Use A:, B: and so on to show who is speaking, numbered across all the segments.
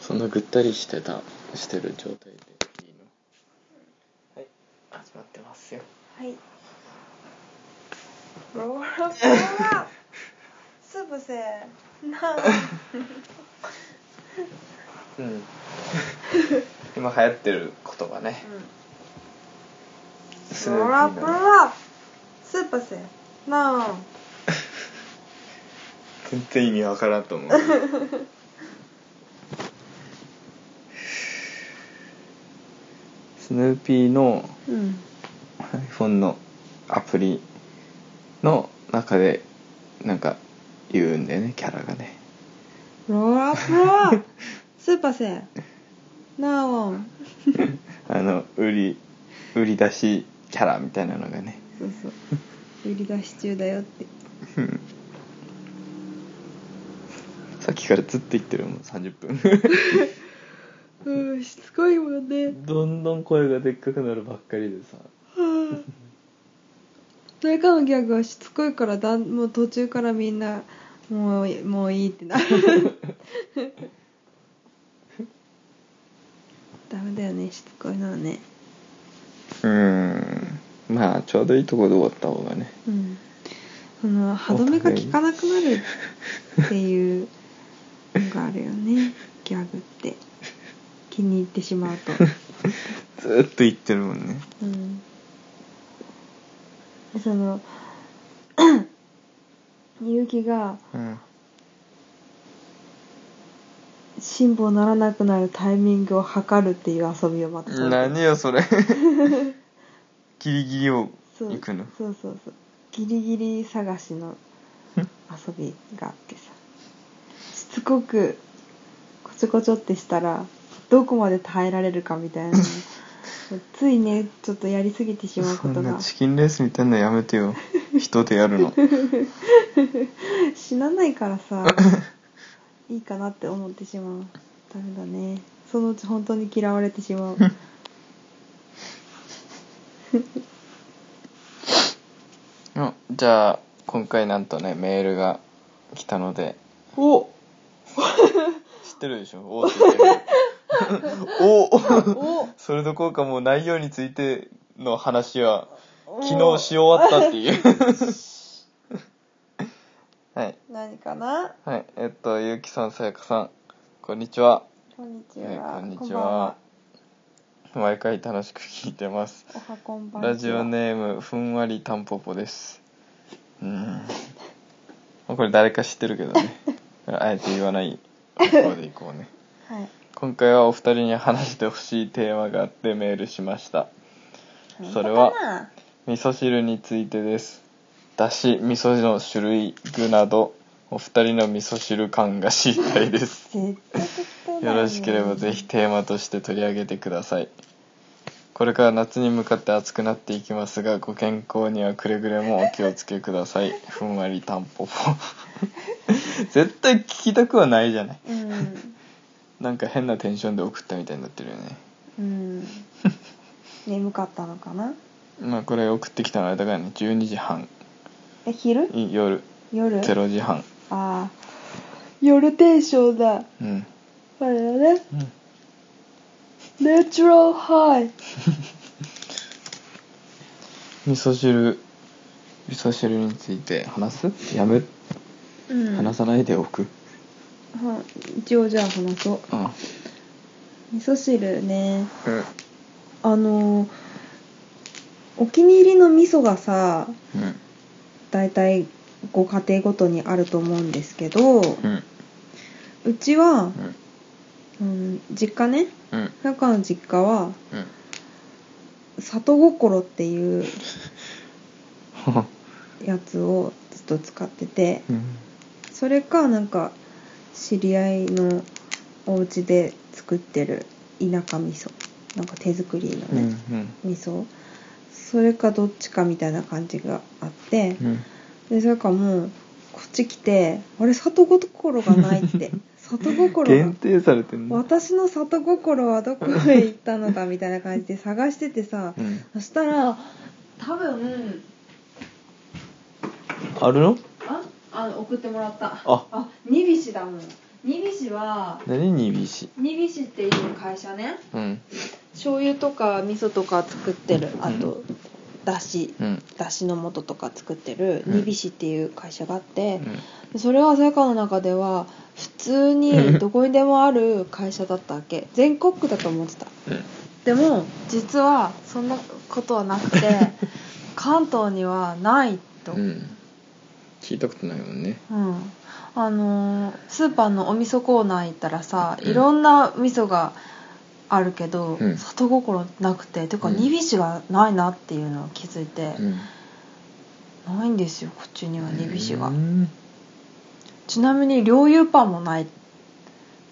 A: そんなぐったりしてたしてる状態でいいの
B: はい始まってますよ
C: はい。ローラーはすぶせなん
B: うん 今流行ってる言葉ねスヌーピ
C: ローラ
B: ー
C: ープ
B: のね
C: ラすぶせなん
B: 全然意味わからんと思うは
A: スヌーピーの
C: うん。
A: iPhone のアプリの中でなんか言うんだよねキャラがね
C: ローラープラすぶせなお
A: あの売り売り出しキャラみたいなのがね
C: そうそう。売り出し中だよって。
A: うんさっきからずっと言ってるもん30分
C: うん、しつこいもんね。
A: どんどん声がでっかくなるばっかりでさ
C: はあそれからのギャグはしつこいからだんもう途中からみんなもうもういいってなるダメだよねしつこいのはね
A: うんまあちょうどいいところで終わった方がね
C: うんその歯止めが効かなくなるっていうのがあるよねギャグって気に入ってしまうと
A: ずーっと言ってるもんね
C: うんその 結城が
A: うん
C: 辛抱ならなくなるタイミングを測るっていう遊びをまたそう
A: 何よそ れギリギリを
C: そう
A: 行くの
C: そうそうそうギリギリ探しの遊びがあってさしつこくこちょこちょってしたらどこまで耐えられるかみたいなついねちょっとやりすぎてしまう
A: そ
C: こと
A: んな
C: が
A: チキンレースみたいなのやめてよ人でやる の
C: 死なないからさいいかなって思ってしまうダメだねそのうち本当に嫌われてしまう
A: うんじゃあ今回なんとねメールが来たので
C: お
A: 知ってるでしょおーって言ってるおー
C: お
A: それどころかもう内容についての話は
C: お
A: 昨日し終わったっていうはい
C: 何かな
A: はいえっとゆうきさんさやかさんこんにちは
C: こんにちは、
A: えーこんにち
C: こんばん
A: は毎回楽しく聞いてます
C: おはこんばんちは
A: ラジオネームふんわりたんぽぽですうんこれ誰か知ってるけどねあえて言わないところでいこうね
C: はい
A: 今回はお二人に話してほしいテーマがあってメールしましたそれは
C: 本当かな
A: 味噌汁についてですだし味噌の種類具などお二人の味噌汁感が知りたいです
C: 絶対適当だ
A: よろしければぜひテーマとして取り上げてくださいこれから夏に向かって暑くなっていきますがご健康にはくれぐれもお気をつけくださいふんわりたんぽぽ 絶対聞きたくはないじゃない
C: ひうん
A: なんか変なテンションで送ったみたいになってるよね
C: うん眠かったのかな
A: まあこれ送ってきたのはだからね12時半
C: え昼
A: い夜
C: 夜
A: 0時半
C: ああ夜テンションだ
A: うん、
C: あれだね
A: うん、
C: ナチュラルハイ
A: 味噌汁味噌汁について話すやめ、
C: うん
A: 話さないでおく
C: は一応じゃあ話そう
A: うん
C: 味噌汁ね
A: うん
C: あのーお気に入りの味噌がさ
A: うん
C: 大体ご家庭ごとにあると思うんですけ
A: う
C: ど
A: ん
C: うち
A: う
C: は、
A: ん
C: うん、実家ね
A: うん
C: 中の実家は
A: うん
C: 里心っていうやつをずっと使っててそれかなんか知り合いのお家で作ってる田舎味噌なんか手作りの
A: うんう
C: ね、
A: ん
C: 味噌それかどっちかみたいな感じがあって
A: うん
C: でそれかもうこっち来てあれ里心がないって 里心が
A: 限定されてんの
C: 私の里心はどこへ行ったのかみたいな感じで探しててさ
A: うん
C: そしたら多分
A: あるの
C: ああの送ってもらった
A: あ
C: あニビシだもん
D: ニビシは
A: 何にびし
D: ニビシっていう会社ね
A: うん
C: 醤油とか味噌とか作ってるあとだし
A: うん
C: だしの素とか作ってる
A: うん
C: ニビシっていう会社があって
A: うん
C: それは朝香の中では普通にどこにでもある会社だったわけ全国区だと思ってた
A: うん
C: でも実はそんなことは なくて関東にはないと、
A: うん聞いたことないもんね
C: うんあのースーパーのお味噌コーナー行ったらさ
A: うん
C: いろんな味噌があるけど、
A: うん
C: 里心なくててか
A: うん
C: 煮びしがないなっていうのを気づいて、
A: うん
C: ないんですよこっちには煮びしが、
A: うん
C: ちなみに両油パンもない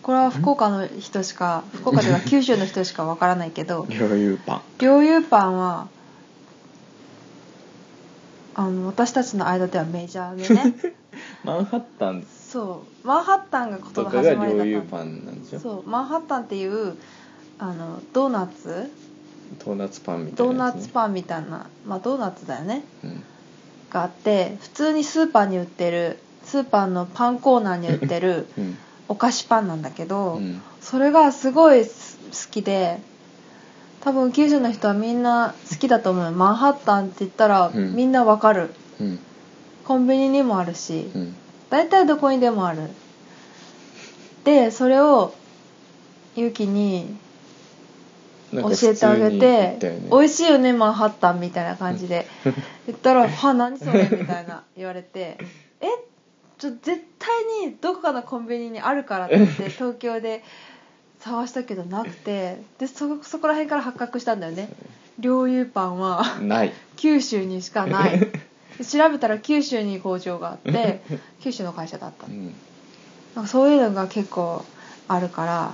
C: これは福岡の人しか福岡では九州の人しかわからないけど
A: 余裕パン
C: 両油パンはあの私たちの間ではメジャー でね
A: マンハッタン
C: そうマンハッタンがこ
A: と
C: との
A: か
C: 始
A: が
C: まりだ
A: 両
C: っ
A: 油
C: た
A: パンなんでしょ
C: そうマンハッタンっていうあのドーナツ
A: ドーナツパンみたい
C: ドー
A: なや
C: ナ
A: つ、ね、
C: ツパンみたいなまあドーナツだよね
A: ン、うん
C: があって普通にスーパーに売ってるスーパーのパンコーナーに売って る
A: うん
C: お菓子パンなんだけど、
A: うん
C: それがすごいす好きで多分九州の人はみんな好きだと思うよマンハッタンって言ったら
A: うん
C: みんなわかる、
A: うん
C: コンビニにもあるし、
A: うん
C: 大体どこにでもあるでそれをゆきに
A: なんか
C: 教えてあげ
A: 普
C: て
A: 通に
C: 「
A: 言っ
C: 美味しいよねマンハッタン」みたいな感じで言ったら「は何それ」みたいな言われて「えちょ絶対にどこかのコンビニにあるから」って言っ て東京で探したけどなくてでそそこら辺から発覚したんだよね両油パンは
A: たよねない
C: 九州にしかない で調べたら九州に工場があって九州の会社だった
A: うん
C: なんかそういうのが結構あるから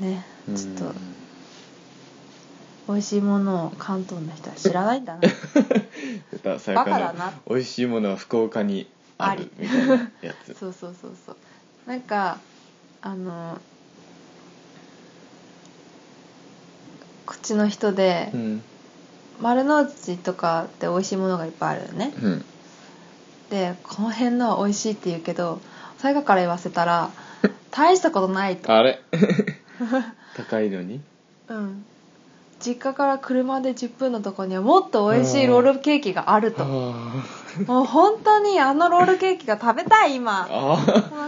C: ねちょっと美味しいものを関東の人は知らない んだな
A: 出たさや
C: バ
A: か
C: カだな
A: の美味しいものは福岡にあ
C: あり
A: るみたいなやつ
C: そうそうそうそうなんかあのこっちの人で
A: うん
C: 丸の内とかって美味しいものがいっぱいあるよね
A: うん
C: でこの辺のは美味しいって言うけど最後から言わせたら大したことないと
A: あれ高いのに
C: うん実家から車で10分のとこにはもっと美味しいロールケーキがあると
A: あ
C: もう本当にあのロールケーキが食べたい今
A: あ
C: お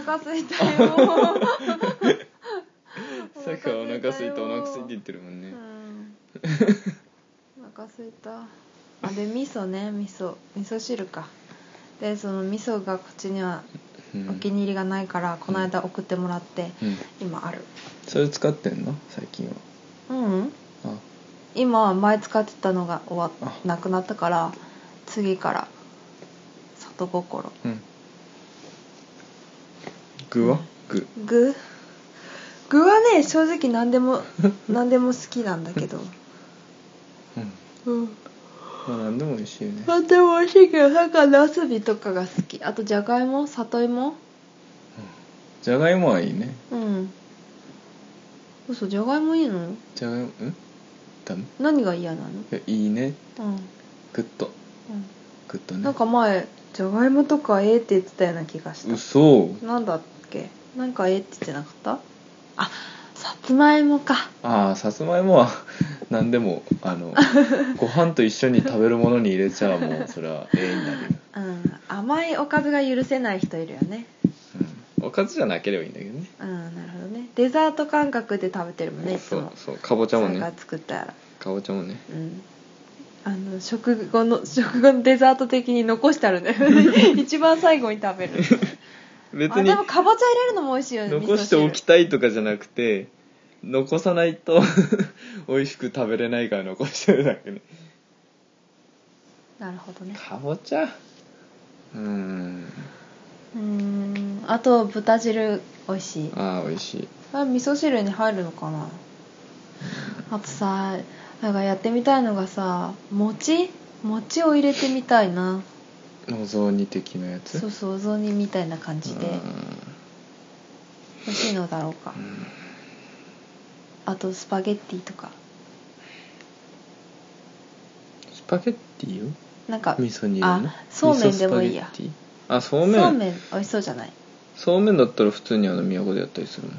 C: 腹す いたよ
A: さやかお腹すいたお腹すいたって
C: う
A: 言ってるもんね
C: んお腹すいたあで味噌ね味噌味噌汁かでその味噌がこっちには
A: うん
C: お気に入りがないから、この間送ってもらって
A: うん
C: 今ある
A: それ使ってんの最近は
C: うん、
A: あ
C: 今前使ってたのが終わ
A: あ
C: なくなったから次から里心
A: うん具は具
C: 具具はね正直何で も何でも好きなんだけど
A: うん
C: うん
A: まあ何でも美味しいよね
C: 何でも美味しいけどなんかなすびとかが好きあとじゃがいも里芋
A: じゃがいもはいいね
C: うん嘘じゃがいもいいの
A: じゃがいもうんダメ
C: 何が嫌なの
A: いやいいね
C: うん、
A: グッとグッと
C: うん、
A: ね
C: なんか前じゃがいもとかええって言ってたような気がした
A: 嘘
C: なんだっけなんかえって言ってなかったあさつまいもか
A: ああさつまいもは 何でもあのご飯と一緒に食べるものに入れちゃもうそれは永遠になるよ、
C: うん甘いおかずが許せない人いるよね
A: うん、おかずじゃなければいいんだけどね
C: うんなるほどねデザート感覚で食べてるもんねいつ
A: そう
C: も
A: そうかぼちゃも
C: さ
A: ね
C: んが作ったら
A: かぼちゃもね
C: うんあの食後の食後のデザート的に残して あるね一番最後に食べる
A: 別
C: あ
A: に
C: でもかぼちゃ入れるのも美味しいよね
A: 残しておきたいとかじゃなくて残さないと 美味しく食べれないから残してるだけね
C: なるほどね
A: かぼちゃうーん
C: うーんあと豚汁美味しい
A: ああ美味しい
C: あ味噌汁に入るのかなあとさなんかやってみたいのがさ餅餅を入れてみたいな
A: お雑煮的なやつ
C: そうそうお雑煮みたいな感じで
A: う
C: 欲しいのだろうかあとスパゲッティとか
A: ーんスパゲッティよ
C: なんか
A: 味噌煮るの
C: あそうめんでもいいや
A: 味噌スパゲッティあそうめん
C: そうめん美味しそうじゃない
A: そうめんだったら普通にあの都でやったりするの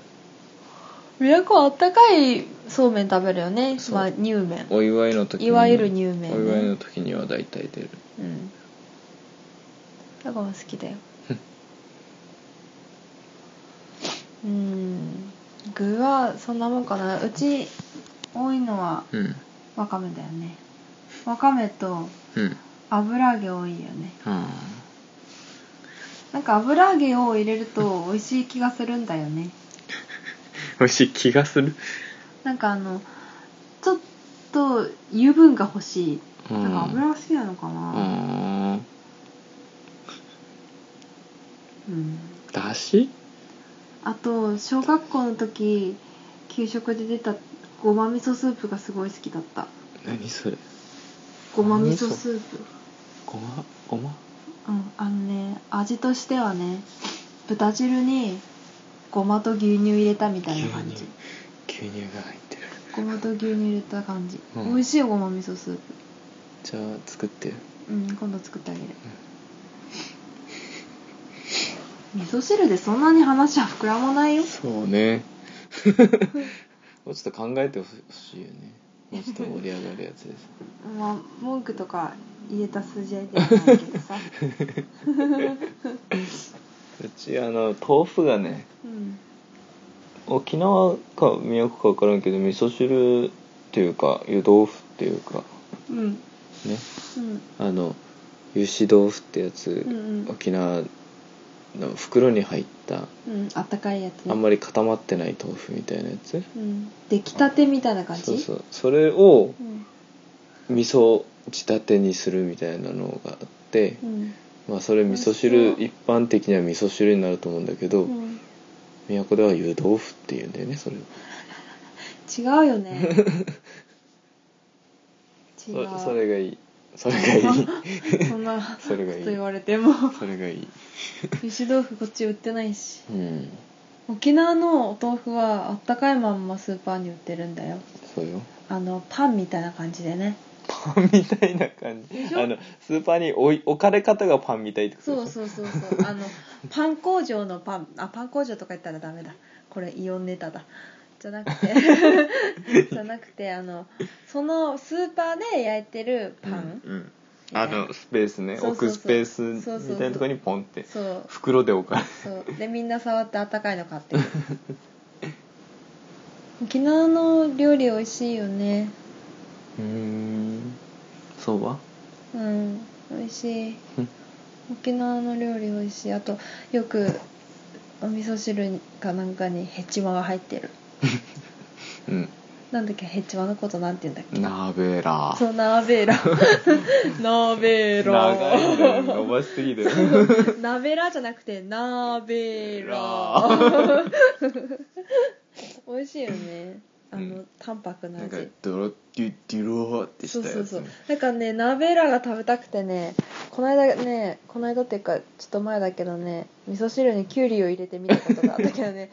C: 都はあったかいそうめん食べるよね
A: そう
C: まあ乳麺
A: お祝いの時に
C: いわゆる乳麺ね
A: お祝いの時には大体出る
C: うんだから好きだようん具はそんなもんかなうち多いのは
A: うん
C: わかめだよねわかめと
A: うん
C: 油揚げ多いよね
A: あ
C: なんか油揚げを入れると美味しい気がするんだよね
A: 美味しい気がする
C: なんかあのちょっと油分が欲しいなんか油が好きなのか
A: う
C: な
A: ーん
C: うん
A: だし
C: あと小学校の時給食で出たごま味噌スープがすごい好きだった
A: 何それ
C: ごま味噌スープ
A: ごまごま
C: うんあのね味としてはね豚汁にごまと牛乳入れたみたいな感じ
A: 牛乳が入ってる
C: ごまと牛乳入れた感じ、
A: うん
C: 美味しいよごま味噌スープ
A: じゃあ作って
C: うん今度作ってあげる、味噌汁でそんなに話は膨らまないよ
A: そう ねもうちょっと考えてほしいよねもうちょっと盛り上がるやつです
C: まあ文句とか入れた数字合いではないけど さ
A: うちあの豆腐がね
C: うん
A: 沖縄か宮古か分からんけど味噌汁っていうか湯豆腐っていうか
C: うん
A: ね
C: うん
A: あの油脂豆腐ってやつ、
C: うんうん
A: 沖縄の袋に入った
C: うんあったかいやつね
A: あんまり固まってない豆腐みたいなやつ
C: うん、出来たてみたいな感じ
A: そうそうそれを
C: うん
A: 味噌仕立てにするみたいなのがあって、
C: うん
A: まあそれ味噌
C: 美
A: 汁
C: 味し
A: 一般的には味噌汁になると思うんだけど、
C: うん
A: 宮古では湯豆腐っていうんだよねそれを
C: 違うよね違う
A: そそれがいいそれが いい
C: そんな
A: それがい
C: こ
A: い
C: と言われて も
A: それがいい
C: 油脂豆腐こっち売ってないし
A: うん
C: 沖縄のお豆腐はあったかいまんまスーパーに売ってるんだよ
A: そうよ
C: あのパンみたいな感じでね
A: パンみたいな感じ
C: しょ
A: あのスーパーに置い置かれ方がパンみたいってこと
C: そうそうそうそうあのパン工場のパンあパン工場とか言ったらダメだこれイオンネタだじゃなくてじゃなくてあのそのスーパーで焼いてるパ
A: う
C: ン
A: ん、、うんあのスペースね
C: そう
A: 置
C: そうそう
A: くスペースみたいなところにポンって
C: そう
A: 袋で置かれ
C: そうでみんな触ってあったかいの買ってる沖縄の料理美味しいよね
A: うーんそうは
C: うん美味しい
A: うん
C: 沖縄の料理美味しいあとよくお味噌汁かなんかにヘチマが入ってる
A: うん
C: なんだっけヘチマのことなんて言うんだっけ
A: ナベラ
C: そうナーベ ーラナーベーラ
A: 長いんだよ伸ばしすぎだよ
C: ナベラじゃなくてナーベ ーラ
A: ラ
C: 美味しいよねあの、
A: うん
C: 淡白な
A: なん
C: 味
A: かドロッデュデュローって
C: そ
A: し
C: う
A: たやつ、
C: そ
A: ね、
C: うそうなんかねナベラが食べたくてねこの間ねこの間っていうかちょっと前だけどね味噌汁にきゅうりを入れてみたことがあったけど ね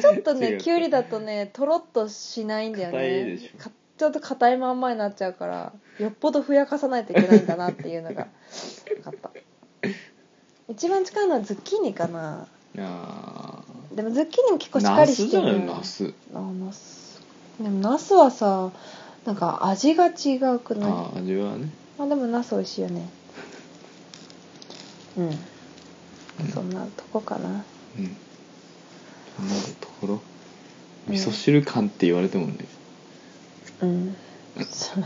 C: ちょっと
A: 違
C: ね
A: う
C: きゅうりだとねとろっとしないんだよ
A: 硬い
C: ね
A: でしょ
C: かちょっと硬いまんまになっちゃうからよっぽどふやかさないといけないんだなっていうのが分かった一番近いのはズッキーニかな
A: あ
C: でもズッキーニも結構しっか
A: ナ
C: り
A: ス
C: し
A: じ
C: て
A: ゃない
C: る
A: ナス
C: あナスでもナスはさなんか味が違うくない
A: ああ味はね
C: まあでもナス美味しいよねうん、そんなとこかな
A: うんそんなところ味噌汁缶って言われてもね、
C: うんそれ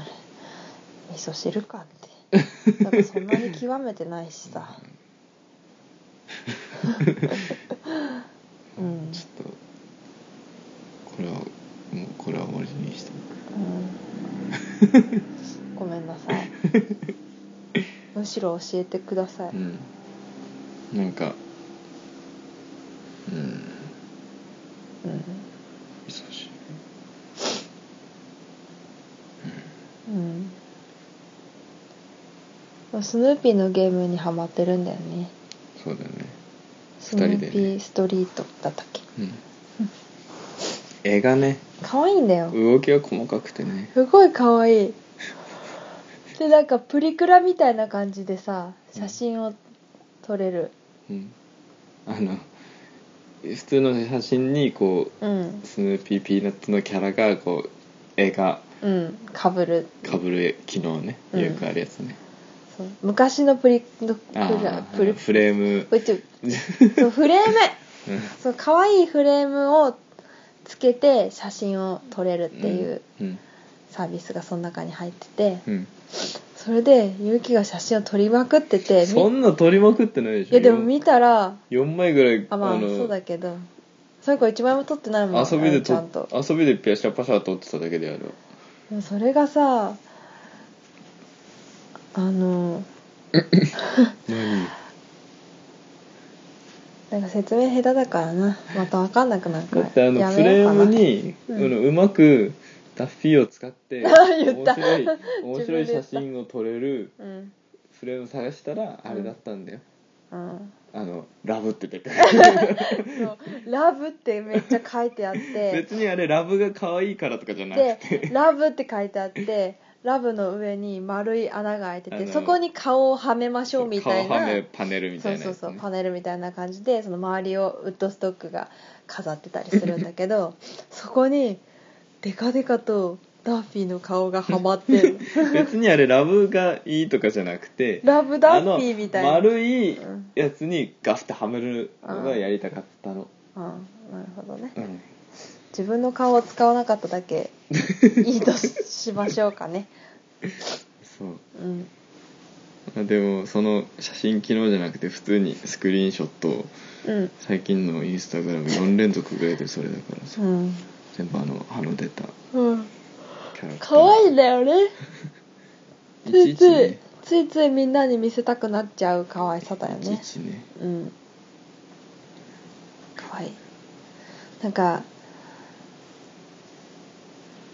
C: 味噌汁かってだからそんなに極めてないしさうん
A: ちょっとこれはもうこれは終わりにして
C: うんごめんなさいむしろ教えてください、
A: うんなんかうん
C: うん
A: 味噌汁
C: うんまあスヌーピーのゲームにはまってるんだよね
A: そうだよね
C: スヌ
A: 人でね
C: ーピーストリートだったっけ
A: うん絵がね
C: 可愛いんだよ
A: 動きが細かくてね
C: すごい可愛いでなんかプリクラみたいな感じでさ写真を撮れる
A: うんあの普通の写真にこ
C: うん
A: うスヌーピーピーナッツのキャラがこう絵が
C: うんかぶる
A: かぶる機能ね
C: うん
A: よくあるやつね、
C: そう昔のプリド
A: あ
C: クじゃん
A: ー
C: プリ
A: フレーム
C: プチュそうフレーム
A: うん
C: そう可愛いフレームをつけて写真を撮れるっていう
A: うん
C: サービスがその中に入ってて
A: うん
C: それでゆうきが写真を撮りまくっててみ
A: そんな撮りまくってないでしょ
C: いやでも見たら
A: 4枚ぐらい
C: あまあ
A: の
C: そうだけどその子一枚も撮ってないもん
A: 遊びで
C: ちゃんと
A: と遊びでピャシャパシャ撮ってただけである
C: でもそれがさあの
A: 何
C: なんか説明下手だからなまた分かんなくなるか
A: だ
C: ら
A: ってあの
C: や
A: フ
C: め
A: レ
C: よ
A: ー
C: う
A: ム
C: かな
A: にう,、
C: うん
A: のうまくダッフィーを使って
C: 言った
A: 面白 い面白い
C: 自分で
A: 写
C: 言った
A: 真を撮れる
C: うん
A: フレーム探したらあれだったんだよ、
C: うん
A: あのラブって出てく
C: そうラブってめっちゃ書いてあっ
A: る
C: て
A: 別にあれラブが可愛いからとかじゃなくて
C: で「ラブ」って書いてあってラブの上に丸い穴が開いて
A: あ
C: て
A: の
C: そこに顔をはめましょうみたい
A: 顔は
C: な
A: めパネルみた
C: そ
A: いうなやつ
C: そ
A: ね
C: うそうパネルみたいな感じでその周りをウッドストックが飾ってたりするんだけ どそこにデカデカとダッフィーの顔がはまってる
A: 別にあれラブがいいとかじゃなくて
C: ラブダッフィーみたいな
A: あの丸い
C: うん
A: やつにガフってはめるのがやりたかったの、
C: ああなるほどね
A: うん
C: 自分の顔を使わなかっただ けいいとしましょうかね
A: そう
C: うん
A: あでもその写真機能じゃなくて普通にスクリーンショットを
C: うん
A: 最近のインスタグ ラム4連続ぐらいでそれだからさ
C: うん、
A: 全部あのあの出た
C: うん、
A: キャラクター
C: かわいいんだよね
A: い
C: つ
A: ち
C: い
A: い
C: つ
A: ち
C: い
A: ね
C: ついついみんなに見せたくなっちゃう可愛さだよ
A: いちい
C: ね
A: ちね
C: うん可愛いなんか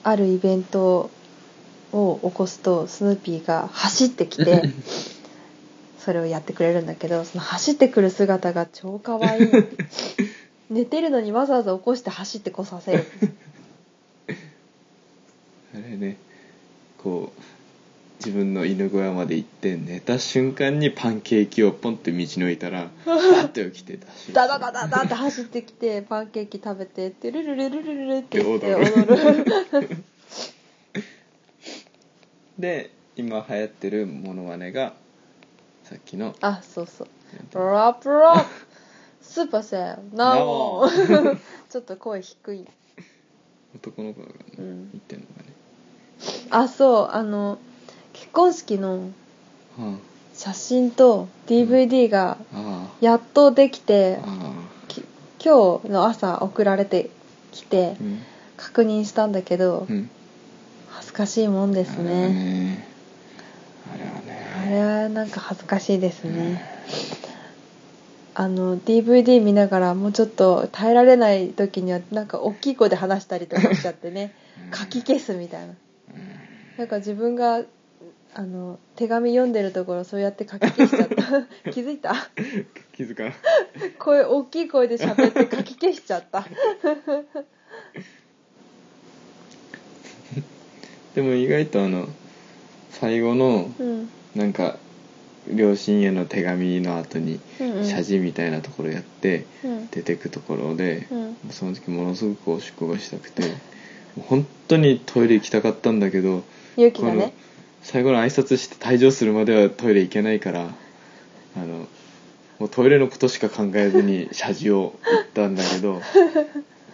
C: あるイベントを起こすとスヌーピーが走ってきてそれをやってくれるんだけどその走ってくる姿が超可愛い寝てるのにわざわざ起こして走ってこさせる
A: あれねこう自分の犬小屋まで行って寝た瞬間にパンケーキをポンって道のいた らパッて起きてたし
C: ダダダダダって走ってきてパンケーキ食べてってルルルルルルルって言って
A: 踊
C: 踊る
A: で今流行ってるモノマネがさっきの
C: あそうそうプラプ ラスーパーセーフナオ ちょっと声低い、
A: 男の子がね
C: うん、
A: 言ってるのがね
C: あそうあの結婚式の
A: は
C: 写真と DVD が
A: ああ
C: やっとでき
A: あ
C: て
A: あ
C: き今日の朝送られてきて
A: あうん
C: 確認したんだけど
A: うん
C: 恥ずかしいもんです
A: あれは
C: ね
A: ねあれはね
C: あれはなんか恥ずかしいですねあの DVD 見ながらもうちょっと耐えられない時にはなんか大きい声で話したりとかしちゃってねかき消すみたいななんか自分があの手紙読んでるところそうやって書き消しちゃった気づいた
A: 気づかない
C: 声大きい声で喋って書き消しちゃった
A: でも意外とあの最後の
C: うん
A: なんか両親への手紙の後に
C: うんうん
A: 謝辞みたいなところやって
C: うん
A: 出てくところで
C: うん
A: その時ものすごくおしっこがしたくてもう本当にトイレ行きたかったんだけど
C: 勇気
A: こ
C: が
A: の
C: ね
A: 最後の挨拶して退場するまではトイレ行けないからあのもうトイレのことしか考えずに謝辞を言ったんだけ ど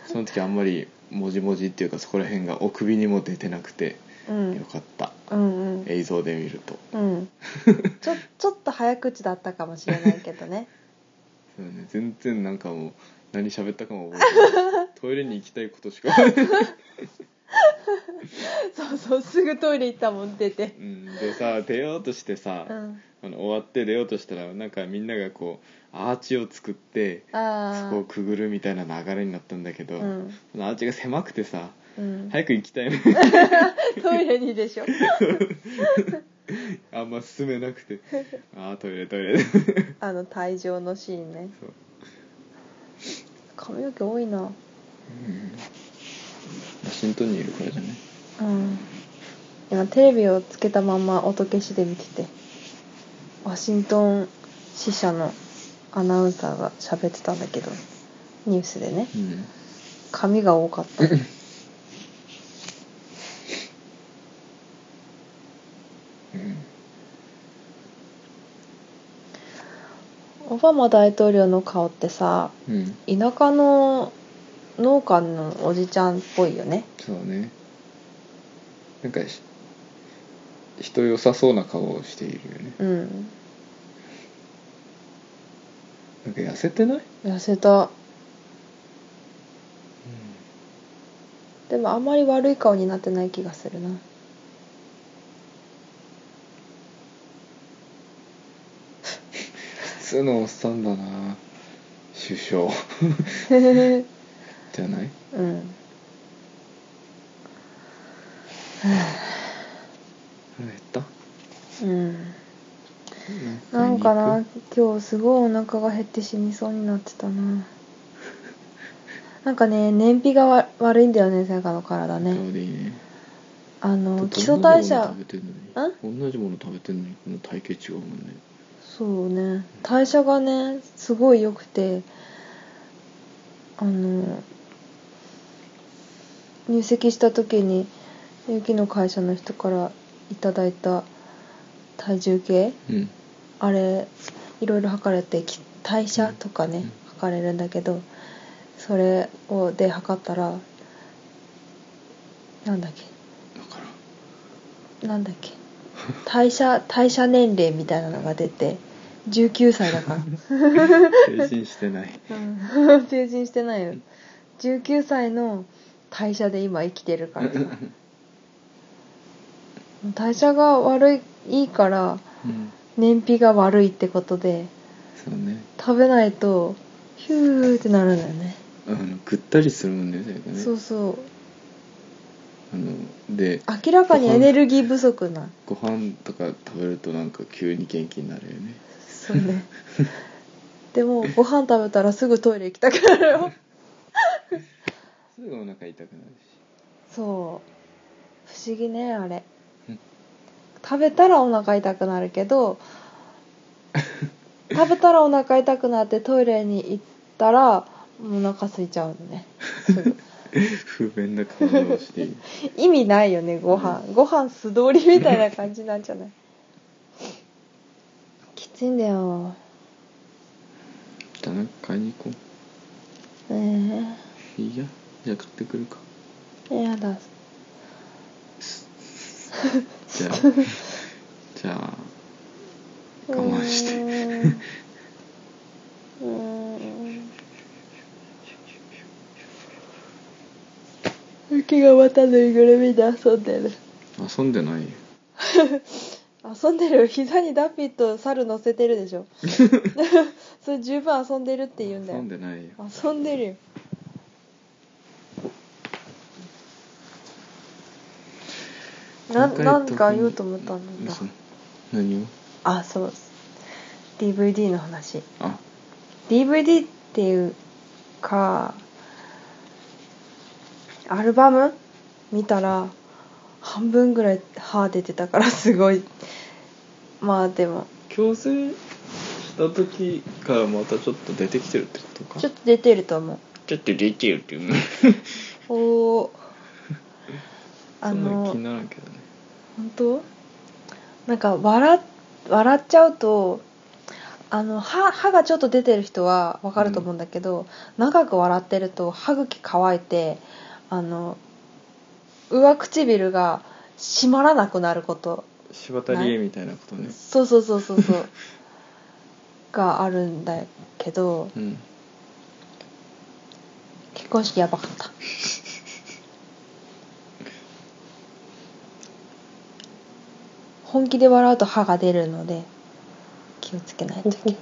A: その時あんまりもじもじっていうかそこら辺がお首にも出てなくて
C: う
A: よ
C: ん
A: かった
C: うんうん
A: 映像で見ると
C: うんちょちょっと早口だったかもしれないけどね
A: そうね全然なんかもう何喋ったかも覚えて ないトイレに行きたいこと しか
C: そうそうすぐトイレ行ったもん出て
A: うんでさ出ようとしてさ、
C: うん
A: あの終わって出ようとしたらなんかみんながこうアーチを作ってそ
C: あ
A: こをくぐるみたいな流れになったんだけど、
C: あうん
A: そのアーチが狭くてさ
C: うん
A: 早く行きたいの
C: トイレにでしょ
A: あんま進めなく てああトイレトイレ
C: あの退場のシーンね
A: そう
C: 髪の毛多いな
A: ワシントンにいるからじゃない
C: うん今テレビをつけたまま音消しで見ててワシントン支社のアナウンサーが喋ってたんだけどニュースでね
A: うん
C: 紙が多 かったオバマ大統領の顔ってさ
A: うん
C: 田舎の農家のおじちゃんっぽいよね
A: そうねなんかし人良さそうな顔をしているよね
C: うん
A: なんか痩せてない
C: 痩せたでもあんまり悪い顔になってない気がするな
A: 普通のおっさんだな首 相じゃない
C: うん
A: 腹減った
C: うんなんかな今日すごいお腹が減って死にそうになってたななんかね燃費がわ悪いんだよねさやかの体
A: ね
C: ね
A: でいいね
C: あの
A: だ
C: 基礎代
A: 同
C: 謝
A: じもの食べてんのに同じもの食べてんのにこの体型違うもんね
C: そうね代謝がねすごい良くてあの入籍した時にゆきの会社の人からいただいた体重計
A: うん
C: あれいろいろ測れてき代謝とかね、
A: うん
C: 測れるんだけどそれをで測ったらなんだっ
A: だから
C: けなんだっけ代謝代謝年齢みたいなのが出て19歳だから
A: 成人してない
C: うん 成人してないよ19歳の代謝で今生きて るからさ代謝が悪いいいから
A: うん
C: 燃費が悪いってことで
A: そうね
C: 食べないとヒューってなるんだよね
A: あのぐったりするもんね最後ね
C: そうそう
A: あので
C: 明らかにエネルギー不足な
A: ご飯とか食べるとなんか急に元気になるよね
C: そうねでもご飯食べたらすぐトイレ行きたくなるよ
A: すぐお腹痛くなるし
C: そう不思議ねあれ
A: うん
C: 食べたらお腹痛くなるけ ど食べたらお腹痛くなってトイレに行ったらお腹空いちゃうのねす ぐ
A: 不便な体をしている
C: 意味ないよねご飯ご飯素通りみたいな感じなんじゃないきついんだよ
A: じゃあなんか買いに行こ
C: えー
A: ういいやじゃあ買ってくるか
C: えやだ
A: じ ゃあじゃあ我慢 して
C: うーんうー んゆきがまたぬいぐるみで遊んでる
A: 遊んでないよ
C: 遊んでる膝にダッフィーと猿乗せてるでしょそれ十分遊んでるって言うんだ
A: 遊
C: よ
A: んでないよ
C: 遊んでるよななんか言うと思ったんだ
A: 嘘何を
C: あそう DVD の話
A: あ
C: DVD っていうかアルバム見たら半分ぐらい歯出てたから すごいまあでも
A: 強制した時からまたちょっと出てきてるってことか
C: ちょっと出てると思う
A: ちょっと出てるっていうの
C: おお あ
A: そんな気
C: の
A: にならんけどね
C: 本当なんか笑っ笑っちゃうとあの歯歯がちょっと出てる人はわかると思うんだけど、長く笑ってると歯茎乾いてあの上唇が締まらなくなること
A: 柴田理恵みたいなことね
C: そうそうそうそうそうがあるんだけど
A: うん
C: 結婚式やばか った本気で笑うと歯が出るので気をつけないといけない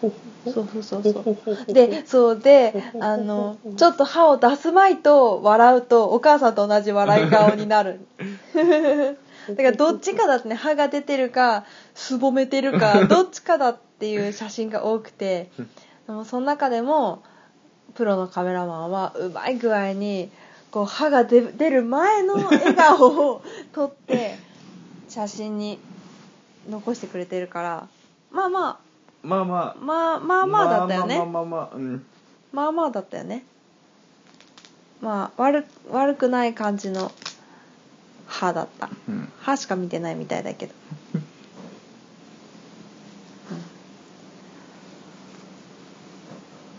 C: そうそうそうそうでそうであのちょっと歯を出すまいと笑うとお母さんと同じ笑い顔にな るだからどっちかだってね歯が出てるかすぼめてるかどっちかだっていう写真が多くてでもその中でもプロのカメラマンはうまい具合にこう歯が出出る前の笑顔を撮って写真に残してくれてるからまあま
E: まあま
C: あ
E: あ
C: まあまあまあだったよね
E: まあまあまあまあうん
C: まあまあだったよねまあ悪悪くない感じの歯だった
A: うん
C: 歯しか見てないみたいだけど、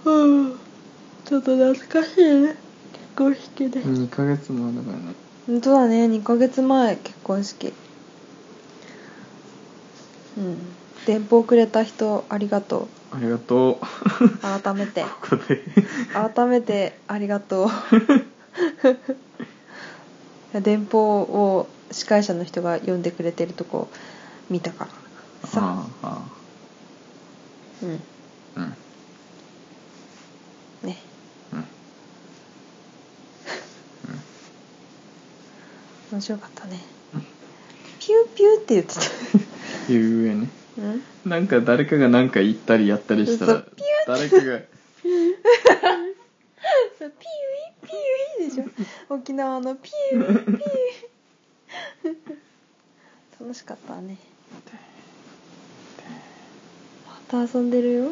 C: うん、うんちょっと懐かしいね結婚式で
A: 2ヶ月もだからね
C: 本当だね2ヶ月前結婚式うん電報くれた人ありがと
A: ありがとう
C: う改めて
A: ここで
C: 改めてありがとういや電報を司会者の人が読んでくれてるとこ見たからさ
A: ああ
C: うん
A: ああうん
C: ね
A: うん
C: 面白かったねピューピューって言ってた
A: ゆえね
C: うん
A: なんか誰かが何か言ったりやったりした
C: そう
A: ら誰か が
C: そうピューイピューイでし ょ沖縄のピューイピューイ 楽しかったねまた遊んでるよ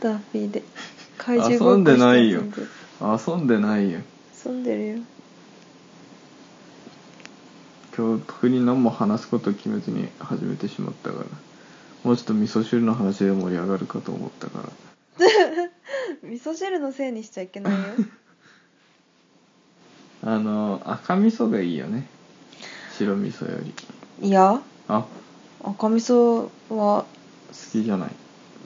C: ダーフィーで怪獣ごっこ
A: 遊んでないよ
C: して遊でる
A: 遊んでないよ
C: 遊んでるよ
A: 今日特に何も話すことを決めずに始めてしまったからもうちょっと味噌汁の話で盛り上がるかと思ったから
C: 味噌汁のせいにしちゃいけないよ
A: あの赤味噌がいいよね白味噌より
C: いや
A: あ
C: 赤味噌は
A: 好きじゃない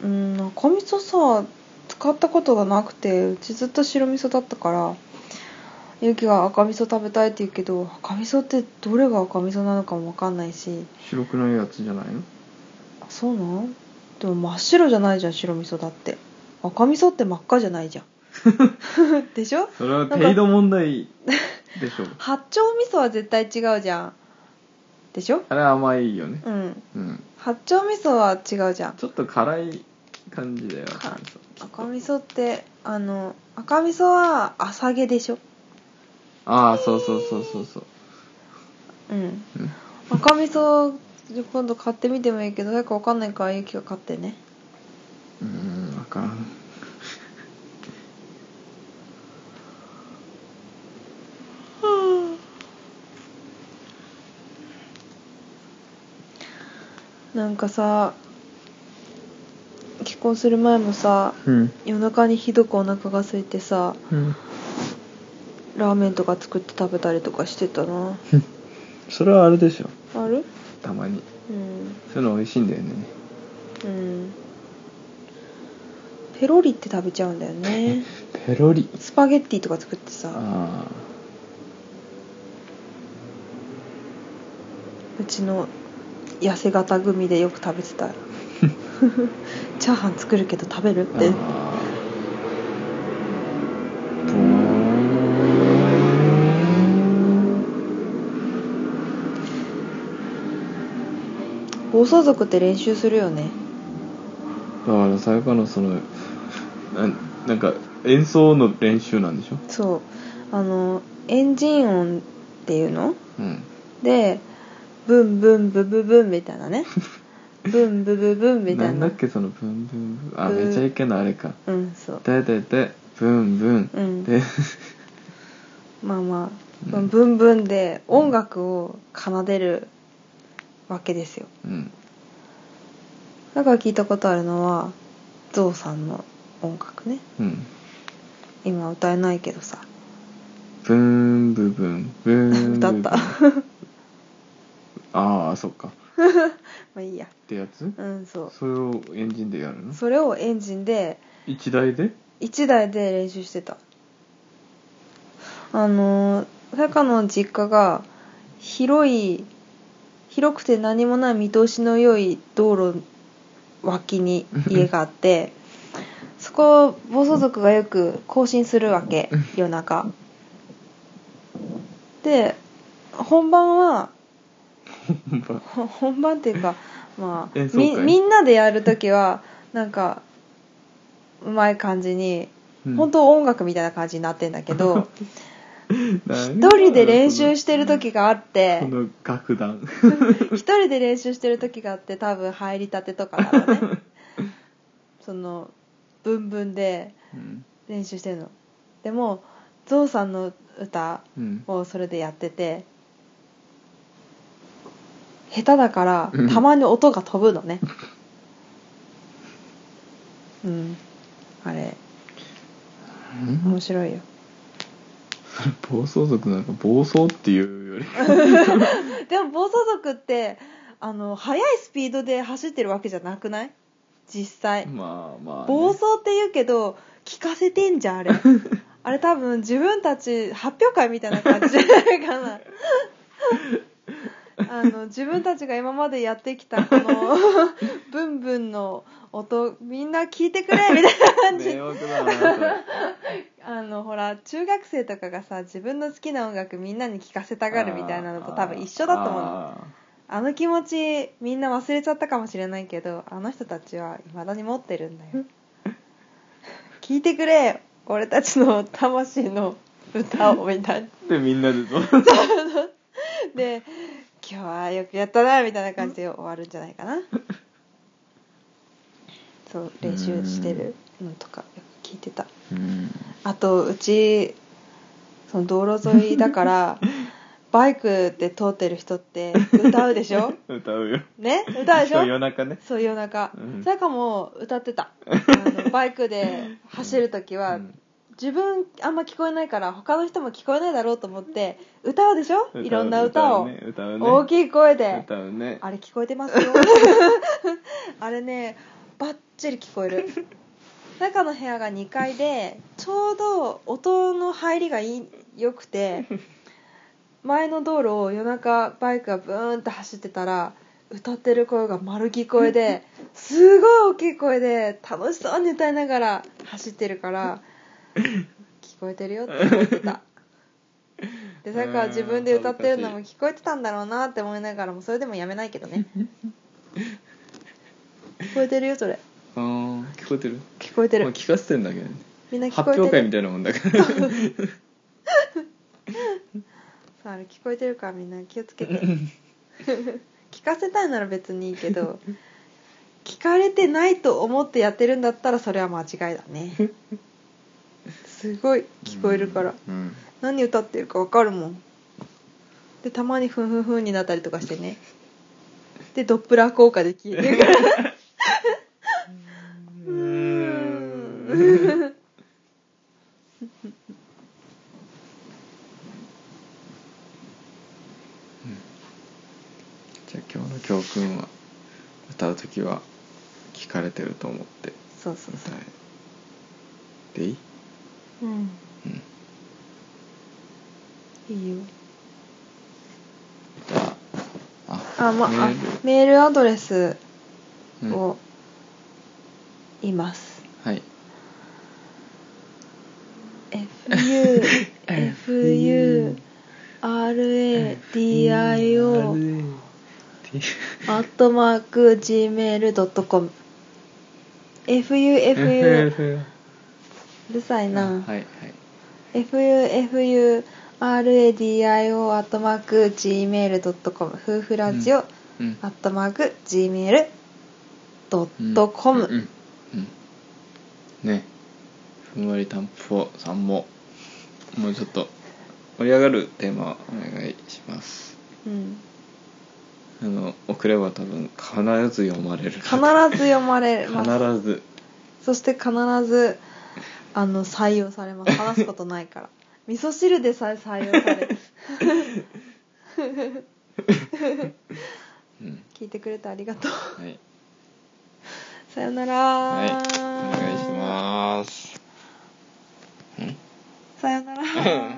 C: うん赤味噌さ使ったことがなくてうちずっと白味噌だったからゆきが赤味噌食べたいって言うけど赤味噌ってどれが赤味噌なのかも分かんないし
A: 白くないやつじゃないの
C: あそうなんでも真っ白じゃないじゃん白味噌だって赤味噌って真っ赤じゃないじゃんでしょ
A: それは程度問題でしょう
C: 八丁味噌は絶対違うじゃんでしょ
A: あれ甘いよね
C: うん
A: うん
C: 八丁味噌は違うじゃん
A: ちょっと辛い感じだよ赤
C: か
A: 味噌
C: 赤味噌ってあの赤味噌は浅毛でしょ
A: ああそうそうそうそうそう
C: うん
A: うん
C: 赤味噌今度買ってみてもいいけど誰かわかんないからゆきが買ってね
A: うーんあかん
C: なんかさ結婚する前もさ
A: うん
C: 夜中にひどくお腹が空いてさ
A: うん
C: ラーメンとか作って食べたりとかしてたな
A: それはあれでしょ
C: ある
A: たまに
C: うん
A: そういうの美味しいんだよね
C: うんペロリって食べちゃうんだよね
A: ペロリ
C: スパゲッティとか作ってさ
A: あ
C: うちの痩せ型組でよく食べて たチャーハン作るけど食べる
A: ー
C: って
A: あ
C: 暴走族って練習するよね
A: ーだからさやかのそのなんなんか演奏の練習なんでしょ
C: そうあのエンジン音っていうの
A: うん
C: でブンブンブブブンみたい なねブンブブブンみたい
A: な
C: な
A: んだっけそのブンブンブンあ
C: ブー
A: めちゃイケのあれか
C: うんそう
A: でででブンブン、
C: うん
A: で
C: まあま
A: う
C: あ、
A: ん
C: ブンブンで音楽を奏でるわけですよ
A: うん
C: だから聞いたことあるのはゾウさんの音楽ね
A: うん
C: 今歌えないけどさ
A: ブンブブンブン
C: 歌った ま
A: ブンああそっかっ
C: あいいや
A: てやつ
C: うんそ
A: それをエンジンでやる
C: う
A: の
C: それをエンジンで
A: 一台で
C: 1台で練習してたあのーさやかの実家が広い広くて何もない見通しの良い道路脇に家があってそこを暴走族がよく行進するわけ夜中で本番は
A: 本番
C: ほ本番っていうかまあ
A: 演奏
C: み
A: 会
C: みんなでやる時はなんかうまい感じに本当音楽みたいな感じになってんだけど 一人で練習してる時があって
A: この楽 団
C: 一人で練習してる時があって多分入りたてとかだろ うねそのブンブンで
A: うん
C: 練習してるのででもゾウさんの歌
A: うん
C: をそれでやってて下手だから
A: うん
C: たまに音が飛ぶのねうんあれ面白いよ
A: 暴走族なんか暴走っていうよ り
C: でも暴走族ってあの速いスピードで走ってるわけじゃなくない実際
A: まあまあ、ね、
C: 暴走って言うけど聞かせてんじゃん あれあれ多分自分たち発表会みたいな感じじゃない かなあの自分たちが今までやってきた このブンブンの音みんな聞いてくれみたいな感じ
A: 迷惑だなそれ
C: あのほら中学生とかがさ自分の好きな音楽みんなに聞かせたがるみたいなのと多分一緒だと思うの
A: あ
C: あの気持ちみんな忘れちゃったかもしれないけどあの人たちはいまだに持ってるんだよ聞いてくれ俺たちの魂の歌をみたいな
A: ーでみんなでどう
C: で今日はよくやったなみたいな感じで終わるんじゃないかなそう練習してるのとかよく聞いてた
A: うん
C: あとうちその道路沿いだからバイクで通ってる人って歌うでしょ
A: 歌うよ
C: ね歌うでしょ
A: 夜中ね
C: そう夜中、
A: うん
C: それかもう歌っ てたあのバイクで走る時は、
A: うん
C: 自分あんま聞こえないから他の人も聞こえないだろうと思って歌うでしょいろんな歌を、
A: 歌うね
C: 大きい声で
A: 歌うね
C: あれ聞こえてます よあれねバッチリ聞こえる中の部屋が2階でちょうど音の入りがいい良くて前の道路を夜中バイクがブーンって走ってたら歌ってる声が丸聞こ えですごい大きい声で楽しそうに歌いながら走ってるから聞こえてるよって思ってた。でさっきは自分で歌ってるのも聞こえてたんだろうなって思いながらもそれでもやめないけ どね聞こえてるよそれ
A: うーん聞こえてる
C: 聞こえて
A: まあ
C: る
A: 聞かせてんだけどね
C: みんな聞
A: 発
C: こえてる
A: 表会みたいなもんだから
C: そうあれ聞こえてるからみんな気をつけて 聞かせたいなら別にいいけ ど聞かれてないと思ってやってるんだったらそれは間違いだねすごい 聞こえるから
A: うん
C: 何歌ってるか分かるもんでたまにふんふんふんになったりとかしてねでドップラー効果で聞いてるから
A: うーん じゃあ今日の教訓は歌う時は聞かれてると思って
C: そうそうそ
A: 歌えでいいう
C: うん
A: うん
C: いいよ
A: じゃあ
C: あまあ
A: メ
C: メ
A: ール
C: ーメールアドレス
A: うん
C: を言います、
A: はい
C: FU FU RADIO アットマーク Gmail.com FUFU うるさいな、
A: はいはい
C: FUFURADIO アットマーク Gmail.com 夫婦ラジオ、
A: うん
C: アットマーク Gmail.com、
A: うんうんうんねふんわりたんぽさんももうちょっと盛り上がるテーマお願いします
C: うん
A: あの送れば多分必ず読まれる
C: 必ず読まれます
A: 必ず
C: そして必ずあの採用されます話すことないから 味噌汁でさえ採用される
A: うん
C: 聞いてくれてありがとう
A: はい
C: さよなら、
A: はいお願いしますん
C: さよなら